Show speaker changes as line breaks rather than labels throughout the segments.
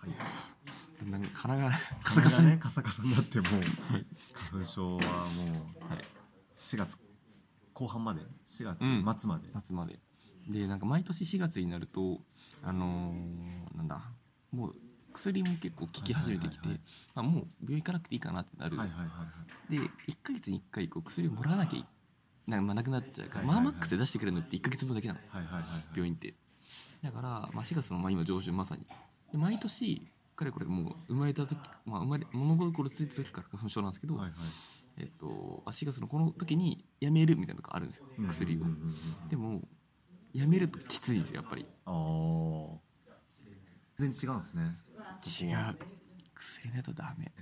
はい
だんだん鼻が カ
カサカ
サカサ
サ
に、
ねカサカサになっても
はい
花粉症はもう
はい、
4月後半まで4月
うん
末まで、
夏まででなんか毎年4月になるとあのーなんだもう薬も結構効き始めてきて
はいはい
あもう病院行かなくていいかなってなる、
はいはいはいはい
で1ヶ月に1回こう薬をもらわなきゃいな,、まあ、なくなっちゃうから、
はいはいはい
まあマックスで出してくれるのって1ヶ月分だけなの
はいはいはいはい
病院ってだから、まあ、4月のまあ今上旬まさにで毎年かれこれもう生まれた時、まあ、生まれ物心ついた時から花粉症なんですけど、
はいはい
えっと、あ4月のこの時にやめるみたいなのがあるんですよ
うんうんうんうん
薬を、で
でも
もやめるときついんですよやっぱり
ああ全然違うんですねそこ
違
は
う薬だとダメ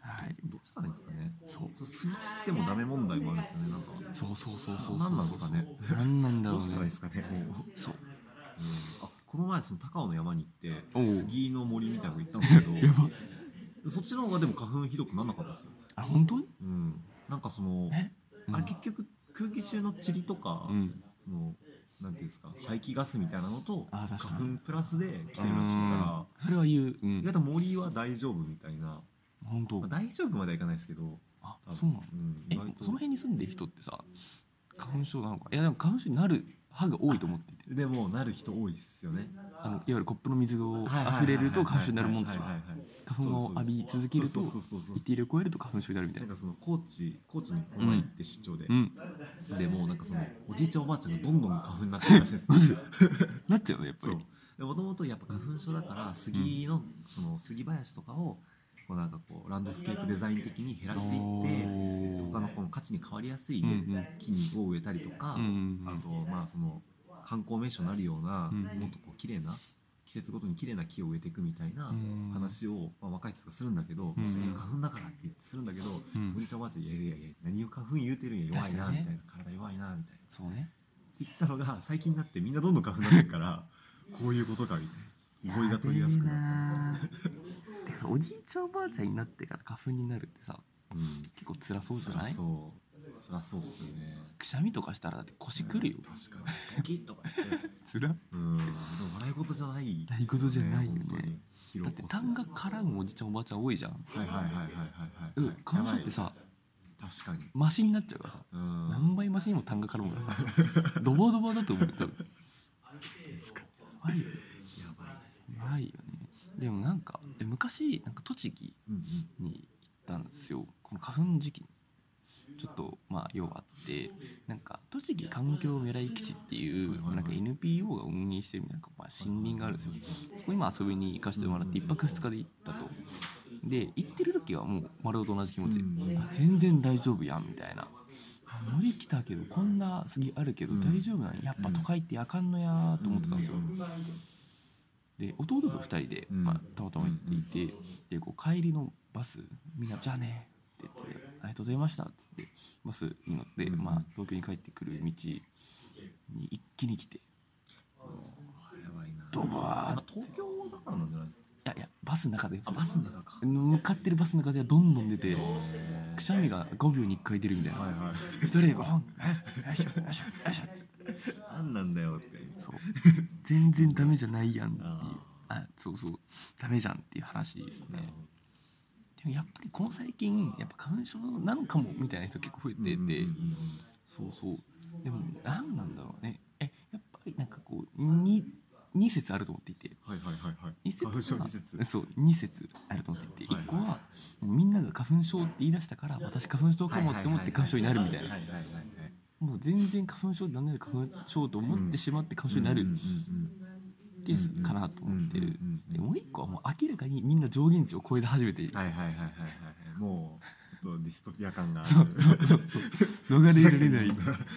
はい
どうしたらいいんですかね
そう
そう吸い切ってもダメ問題もあるんですよねなんか
そうそうそうそうそう
何なんですかね
何なんだろ
ど
う
うしたらいい
ね
ですかねもう
そう
あこの前その高尾の山に行っ
おう
て杉の森みたいなとこ行ったんですけ
やば
どそっちの方がでも花粉ひどくならなかったですよ、
あ本当に
うん、なんかその
え
あれ結局空気中の塵とか、
うん
そのなんていうんですか排気ガスみたいなのと
あ確かに
花粉プラスで来
う
てるらしい
ん
か
それは言うう
ら意外
ん
と森は大丈夫みたいな、
本当
まあ、大丈夫まではいかないですけど
あ
多分
そうなの
うん、
え
意外と
その辺に住んでる人ってさ花粉症なのかいやでも花粉症になる歯が多いと思ってて
でもなる人多いですよね
あのいわゆるコップの水を溢れると花粉症になるもんでしょ
はいはいはいはいはい
花粉を浴び続けると
そうそうそうそう
一定量を超えると花粉症になるみた
ないん
な
かその高知高知にこの前行って出張で、
うん
でもうなんかそのおじいちゃんおばあちゃんがどんどん花粉になってるらしいんですよ
マ ジでなっちゃうねやっぱ
そう
り
でもともとやっぱ花粉症だから杉のその杉林とかをこうなんかこうランドスケープデザイン的に減らしていって
おー
他のこの価値に変わりやすい
うんうん
木にを植えたりとか、
うんうんう
あ
ん
とまあその観光名所になるような、
うん
もっとこう綺麗な季節ごとに綺麗な木を植えていくみたいな
うん
話を、まあ、若い人がするんだけど、
うん
杉は花粉だからって言ってするんだけど、
うん
おじいちゃんおばあちゃん「いやいやいや何を花粉言うてるんや弱い
確
な」
かに
み
ね
たいな「体弱いな」みたいな。
そうね
って言ったのが最近になってみんなどんどん花粉になってるからこういうことかみたいな語彙が取りやすくなっ
ってかおじいちゃんおばあちゃんになってから花粉になるってさ
たうん
結構辛そうじ
そ
ゃな
ら
い
そうそらそうっすよね
くしゃみとかしたらだって腰くるよ
確かにポキッとか言って
つら
うんでも笑い事じゃないですよね
笑い事じゃないよね
本当に
だって痰が絡むおじいちゃんおばあちゃん多いじゃん
はいはいはいはいはいは
う
い
ん花粉症ってさ
やばい確かに
マシになっちゃうからさ
うん
何倍マシにも痰が絡むからさドボドボだと思う多分ないよね
やばいです
ないよねでもなんかえ昔なんか栃木
うんうん
に行ったんですよこの花粉の時期にちょっとまあ要はあってなんか栃木環境未来基地ってい
はいは
う
いはい
なんか NPO が運営してるなんかまあ森林があるんですよそこにまあ遊びに行かせてもらって1泊2日で行ったとで行ってる時はもう丸尾と同じ気持ち
うん
あ全然大丈夫やんみたいなあ森来たけどこんな杉あるけど
うん
大丈夫なんややっぱ都会ってあかんのやと思ってたんですよ
うん
で弟と2人で、
うん
まあ、たまたま行っていて、でこう帰りのバスみんな「じゃあね」って言って「ありがとうございました」っつってバスに乗って、
うん
まあ、東京に帰ってくる道に一気に来てい
やばいな
ドバーッ
やっぱ東京だからなんじゃないですか
やいやバスの中で
あバスの中か
向かってるバスの中ではどんどん出て
へー
くしゃみが5秒に1回出るみたい
はい
な
はい
2人でご飯よいしょよいしょよいしょって
何なんだよって
そう全然ダメじゃないやんっていう
あ
あそうそうダメじゃんっていう話です
なる
ね
ほど
でもやっぱりこの最近やっぱ花粉症なのかもみたいな人結構増えてて、
うんうんうんうん
そうそうでも何なんだろうねえやっぱりなんかこうに2節あると思っていて
はいはいはいはい
二節
花粉症二節
そう2節あると思っていて
はい
1個はもうみんなが花粉症って言い出したから私花粉症かもって思って花粉症になるみたい
は
ない
はいはいはい
もう全然花粉症なんなら花粉症と思ってしまって花粉症になるケースかなと思ってる。でもう一個はもう明らかにみんな上限値を超えて初めて
はいはいはいはいはいはいもうちょっとディストピア感がある
そうそうそう そう 逃れられない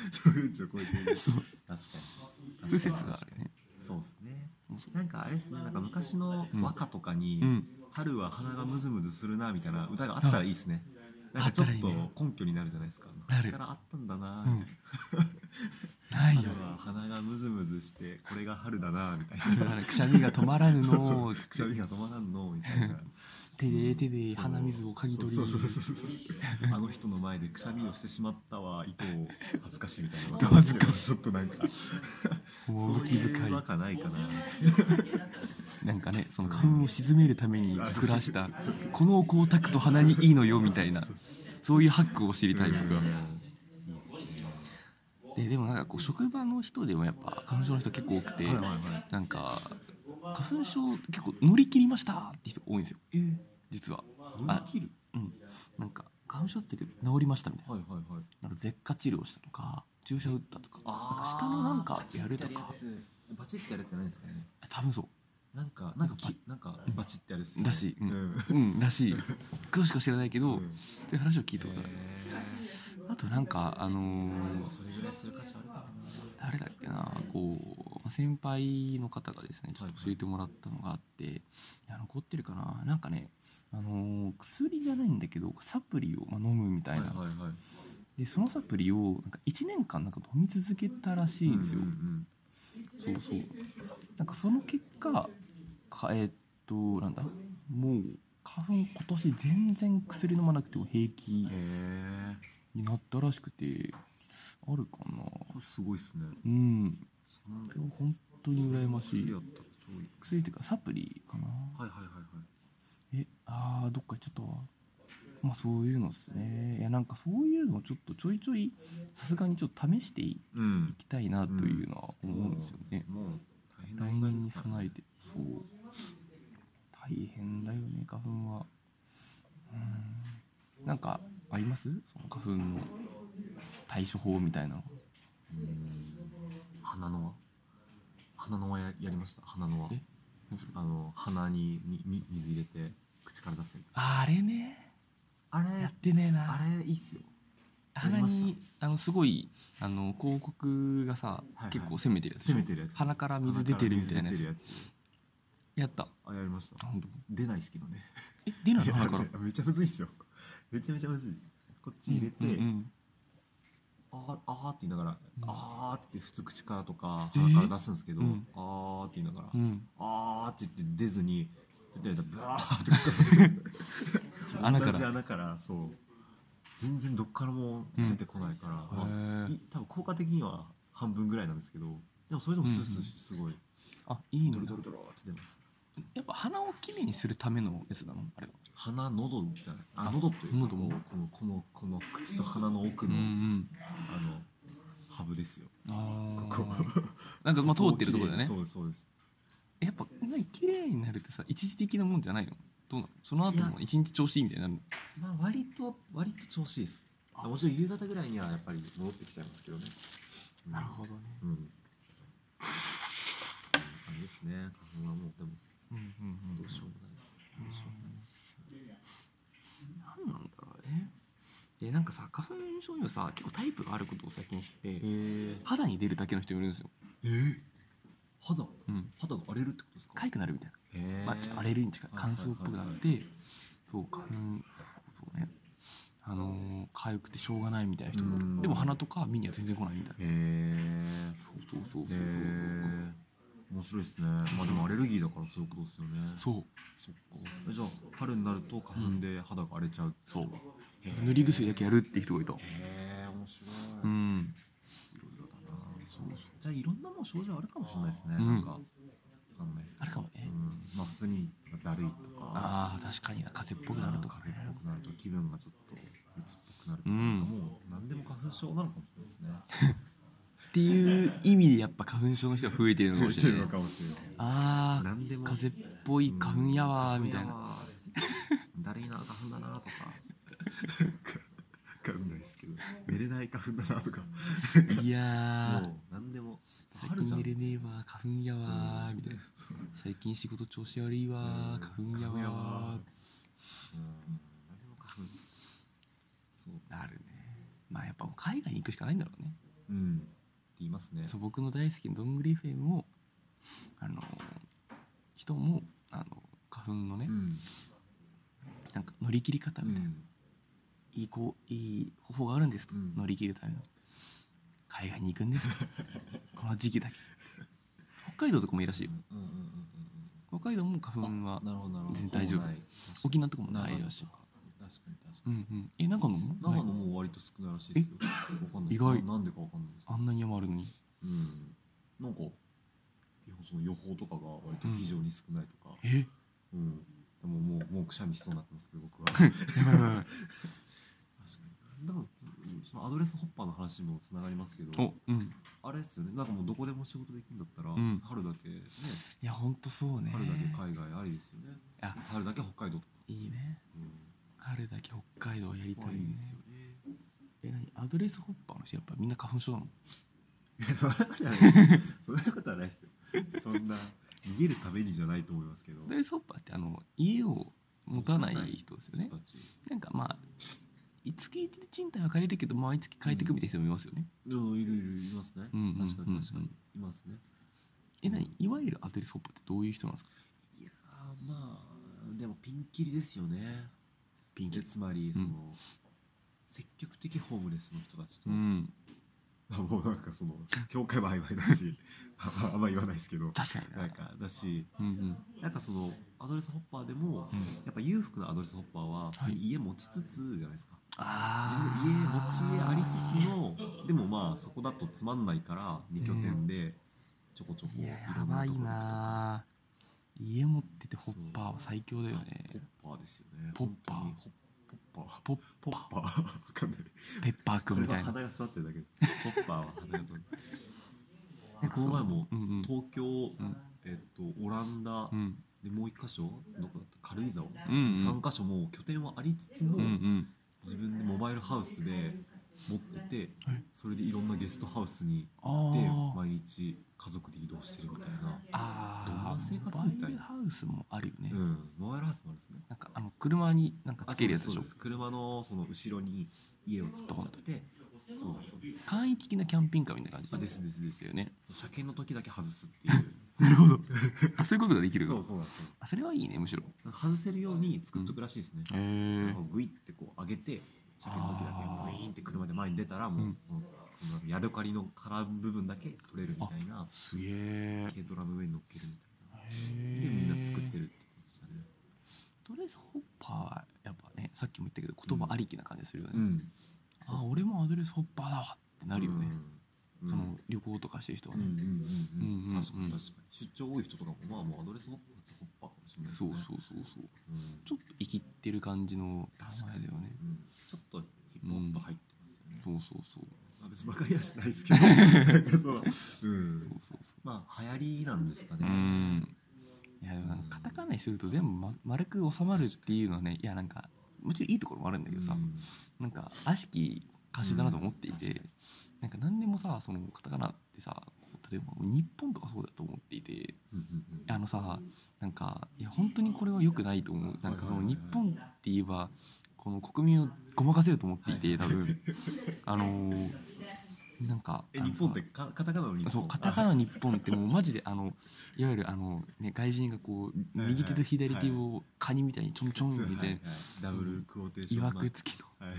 そういうちを超えてる
そう
確かに
右折があるね
そうですね
うんそう
なんかあれですねなんか昔の和歌とかに、
うん
春は鼻がムズムズするなみたいな歌があったらいいですねなんかちょっと根拠になるじゃないですか
らいいね
昔からあったんだなみたいな、
ないよね
春は鼻がムズムズしてこれが春だなみたい
だ
な
からくしゃみが止まらぬの
くしゃみが止まらんのみたいな
手で手で
そう
鼻水を嗅ぎ取り
そうそうそうそうあの人の前でくしゃみをしてしまったわ糸を恥ずかしいみたいな
恥ずかし
いちょっとなんか
趣深
そうう
い
バカないかな
なんかねその花粉を鎮めるために暮らしたこの光沢と鼻にいいのよみたいなそういうハックを知りたい僕は。ででもなんかこう職場の人でもやっぱ花粉症の人結構多くて、
はいはいはい
なんか花粉症結構乗り切りましたって人多いんですよ
えー、
実は
乗り切る
うんなんか花粉症って治りましたみたいな
はいはいはい
なんか舌下治療したとか注射打ったとかなんか下のなんかやるとか
バチってやるやつじゃないですかね
多分そ
なんかなんか
なんか
きなんかバチってやるやつ
うらしい、う
うんん
うんらしい詳しくは知らないけど、
う
っ
ん
ていう話を聞いたことある、
へ
あとなんかあの
ーでも
ー
それぐらいする価値あるかな
誰だっけなこう先輩の方がですねちょっと教えてもらったのがあって、いや残ってるかななんかね、あのー薬じゃないんだけどサプリを、まあ、飲むみたいな、
はいはいはい
でそのサプリをなんか1年間なんか飲み続けたらしいんですよ、
うんうん
そうそうなんかその結果かえーっとなんだもう花粉今年全然薬飲まなくても平気
うんへ
になったらしくてあるかな
えすごいっすね
うん
そん
これは本当に羨まし
薬
い
やったら超いい
薬っていうかサプリかな、
はいはいはいはい
えあーどっか行っちゃったわまあそういうのですねいやなんかそういうのをちょっとちょいちょいさすがにちょっと試してい
うん
きたいなというのは思うんですよね、
もう大変な
来
問題
年
で
に
すから
備えてそう大変だよね花粉はうんなんかありますその花粉の対処法みたいなの
うん花の輪花の輪ややりました花の輪
え
あの鼻にみみ水入れて口から出すやつ
あれね
あれ
やってねえな
あれいいっすよや
鼻
りました
にあのすごいあの広告がさ、
いはい
結構攻めてるやつでしょ
攻めてるやつ
鼻から水出てるみたいな
鼻
やつ
から水出てるや
やった
つあやりました
なんだ
出ないっすけどね
え出ないの
いや
鼻か ら
めちゃむずいっすよめちゃめちゃむずいこっち入れて、
うんうん
あーあーって言いながら、
うん
あーって普通口からとか
えー
鼻から出すんですけど、
うん
あーって言いながら、
うんうん
あーって言って出ずに 出たらブワーってこ
穴から
同じ穴からそう全然どっからも出てこないから、まあ
へえ
い多分効果的には半分ぐらいなんですけどでもそれでもスースーしてすごい、
あいい
ド
の
ロドロドロって出ます
やっぱ鼻をきれいにするためのやつなのあれは
鼻喉じゃないあ喉というか
喉
こうこのこのこの口と鼻の奥の、
ん
あのハブですよ
うんあ
こ
こ
こ
なんかまあ通ってるとこだよね
そうですそうです
やっぱなんか綺麗になるってさ一時的なもんじゃないのどうなのその後も一日調子いいみたいになるの
まあ割と割と調子いいですもちろん夕方ぐらいにはやっぱり戻ってきちゃいますけどね、うん
どね
うん。うんあれですね。花粉はもうでも
うんうんうん
どうしようもない。どうしよ
何なんだろうねでなんかさ花粉症にはさ結構タイプがあることを最近知って
うもない。へえ。
肌に出るだけの人もいるんですよ、
え肌
うん、
肌が荒れるってことですか。
かゆくなるみたいな、
へえ。
まあ、ちょっと荒れるに近い乾燥っぽくなって、そう花粉そうねあのーかゆくてしょうがないみたいな人
う
も
ん
でも鼻とか目には全然来ないみたいな
へえ。
そうそうそう
へえ。面白いですね。まあでもアレルギーだからそういうことですよね。
そう
そ
そう
っか。えじゃあ春になると花粉で肌が荒れちゃう。
そう
へえ
塗り薬だけやるって人がいた
へえ面白い。
うん
いろいろだな。じゃあいろんなもう症状あるかもしれないですね。
うん
なんかわかんないですけど
あるかもね
うんまあ普通にだるいとか、
あー確かにな風邪っぽくなるとか
風邪っぽくなると気分がちょっと鬱っぽくなるとか、
うん
もう何でも花粉症なのかもしれないですね。
っていう意味でやっぱ花粉症の人が増えてるのかもしれない
かもしれない。
あー
何でも
風邪っぽい花粉やわーみたい。
うん
な
花粉やわーだるいな花粉だなとか。わかんないですけど、寝れない花粉だなとか。
いやー
もう何でも
最近寝れねえわ花粉やわーみたいな
そう
最近仕事調子悪いわー花粉やわ
うん何でも
ー
花粉。そう。
なるねまあやっぱもう海外に行くしかないんだろうね
うん。って言いますね。
そう僕の大好きなどんぐり FM もあの人もあの花粉のね、
うん。
なんか乗り切り方みたいな、いいこういい方法があるんですと、
うん
乗り切るための海外に行くんですとこの時期だけ北海道とかもいいらしいよ
うんうんうんうんうん。
北海道も花粉は
なるほどなるほど
全然大丈夫
ほぼない
沖縄とかもないらし
確
い
かに確
う
かに
んうんえ長野も
長野
ない
も割と少ないらしいですよわかんないです
意外
ななんでかわかんないです
あんなに山あるのに
うんなんか基その予報とかが割と非常に少ないとか、
え
うんでももうもうくしゃみしそうになってますけど 僕は確か
やばいやばいや
にでもうんそのアドレスホッパーの話にもつながりますけ
ばい
ど
おうん
あれですよねなんかもうどこでも仕事できるんだったら、
ん
春だけね
いやほんとそうね
春だけ海外ありですよね
あ
春だけ北海道とか、
いいね
うん、
春だけ北海道やりたい,、
まあ
ね、
いいですよね
え何アドレスホッパーの人やっぱみんな花粉症なの
いやそんなことはない そんなことはないですよそんな逃げるためにじゃないと思いますけど
アドレスホッパーってあの家を持たない人ですよね
人たち
なんかまあ月一で賃貸は借りるけど毎月変えていくみたいな人もいますよね、
でもいるいるいますね、
うんうん
確か
うんう
に
ん
確かにいますね
え何いわゆるアドレスホッパーってどういう人なんですか
いやーまあでもピンキリですよねピンキリつまりその、積極的ホームレスの人たちと、
ん
あ もうなんかその境界は曖昧だ しああんま言わないですけど
確かに
なんかだし
うんうん
なんかそのアドレスホッパーでも
うん
やっぱ裕福なアドレスホッパーは
はい
家持ちつつじゃないですか、自
あ
分の家持ち家ありつつのでもまあそこだとつまんないから2拠点でちょこちょこ
いや
ろ
や
んと
ばい
こ行くとか
な家持っててホッパーは最強だよね
ポッパーですよね。
ポッパー
本当にポッパー。
ポッ
ポッパ ー。わかんない。
ペッパー
こ
くん
れ
み
は
たいな
鼻が座ってるだ けです。ポッパーは鼻が座ってる。
え
この前も
うんうん
東京、
ん
えっと、オランダ
う、ん
でもう一箇所、どこだった軽井沢。
うんうん
三箇所もう拠点はありつつも
うんう、ん
自分でモバイルハウスで持ってて
はい、
それでいろんなゲストハウスに行
あ
って
ー、
毎日家族で移動してるみたいな。
あー
どんな生活みたいな
モバイルハウスもあるよね、
うん、モバイルハウスもあるんですね。
なんかあの車になんか
あ
つけるやつでし
そう
ょ
すそうす車のその後ろに家を作っちゃって、そうですそうです。
簡易的なキャンピングカーみたいな
あ
感じ
ですですです
だよね
車検の時だけ外すっていう
な るほどあそういうことができる
そうそうなんですよ
あそれはいいねむしろ
なんか外せるように作っとくらしいですね、
へえ
なんかグイってこう上げて車検の時だ
あ
け
ー
グイーンって車で前に出たらもう、
うん
もうなんかヤドカリの殻部分だけ取れるみたいな
すげえ
軽トラの上に乗っけるみたいなで
で
みんな作ってるってことでしたね
とりあえずホッパーはやっぱねさっきも言ったけど言葉ありきな感じするよね、
ん
あ俺もアドレスホッパーだわってなるよね、
うん
その旅行とかしてる人は
うんう
ね、
んうんうん
うんうんうん
確かに確かに出張多い人とかもまあもうアドレスホッパーってホッパーかもしれないです
そう
ね
そうそうそう
うん
ちょっと生きってる感じの
確
名
か
前
に
だよね
うんちょっとヒップホップ入ってますよね、
そうそうそう
まあ、別に分かりはしないですけどなんかそう、う
そ
ん
う、そうそう
まあ流行りなんですかね、
うんいやでもなんかカタカナにすると全部、ま、丸く収まるっていうのはねいやなんかもちろんいいところもあるんだけどさ、
うん
なんか悪しき歌詞だなと思ってい
う
て、
ん確かに
なんか何でもさそのカタカナってさ例えば日本とかそうだと思っていて
うんうんうん
あのさなんかいや本当にこれは良くないと思うなんかその日本って言えばこの国民をごまかせると思っていて多 分あのーなんか
え
あのさ
日本ってかカタカナの日本
そうカタカナ日本ってもうマジであのいわゆるあの、ね、外人がこう
はいはい
右手と左手をカニみたいにちょんちょん入
はいは
れ
い
て
ダブルクオーテーシ
い
ョン
わ
マーク
くつきの
はい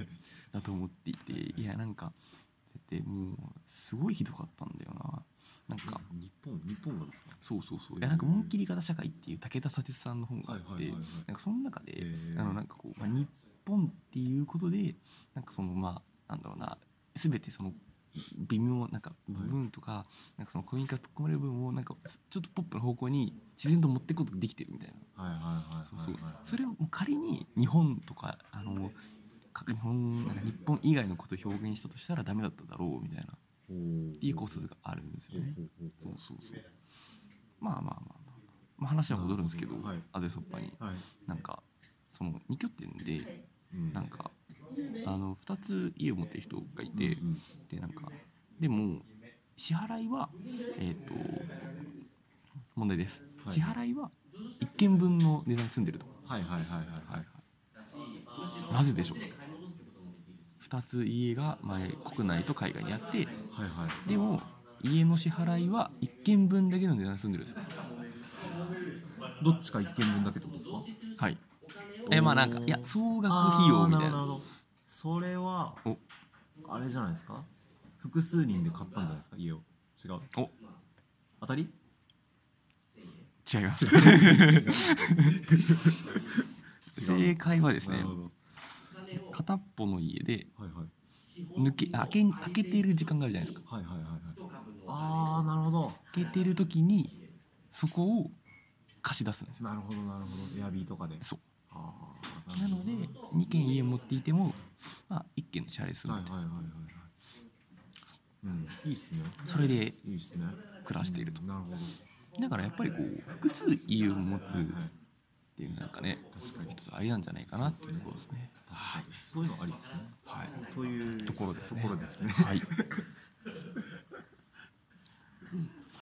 だと思っていていやなんかだってもうすごいひどかったんだよななんか
日本日本がですか
そうそうそういやなんか紋切り型社会っていう武田砂鉄さんの本があって
はい
なんかその中で、
えー
あのなんかこう、まあ、日本っていうことでなんかそのまあなんだろうな全てその微妙なんか部分とか,、なんかそのコインが突っ込まれる部分をなんかちょっとポップな方向に自然と持っていくことができてるみたいな
はいはいはい
そうそう
はいはい
それをもう仮に日本とかあのか日本なんか日本以外のことを表現したとしたらダメだっただろうみたいな
ほう
っていう考察があるんですよね。
ほうほう
そ
ほ
う
う
そうそうまあまあまあまあ、まあ、話は戻るんですけど、
はい
アドレスホッパーに
ほうはい
なんかその2拠点で
うん
なんかあの2つ家を持ってる人がいて、
うん
でなんかでも支払いはえっ、と問題です、
はい
支払いは1軒分の値段に住んでると、
はいはいはいはいはい
なぜでしょう2つ家が前国内と海外にあって
はいはい
でも家の支払いは1軒分だけの値段に住んでるんですよ
どっちか一見分だけってことですか
はいえまあなんかいや総額費用みたい
あーるほど
な
るほどそれは
お
あれじゃないですか複数人で買ったんじゃないですか家を違う
お
当たり
違います
違
正
う
解はです
な
ね
るほど
片っぽの家で
はいはい
抜け開け開けている時間があるじゃないですか
はいはいはいはいああなるほど
開けている時にそこを貸し出すんですよ
なるほどなるほどエアビーとかで
そう
ああ
なので2軒家持っていても、まあ、1軒の謝礼する
はい
み
はい
たい
はいはいはいうんいいっすね
なそれで
いいっすね
暮らしていると
うんなるほど
だからやっぱりこう複数家を持つ
はいはい
っていうのなんかね
確かに
一つありなんじゃないかなっていうところですね
確かにそういうのありですね
はい
という
ところですね
ところですね
はい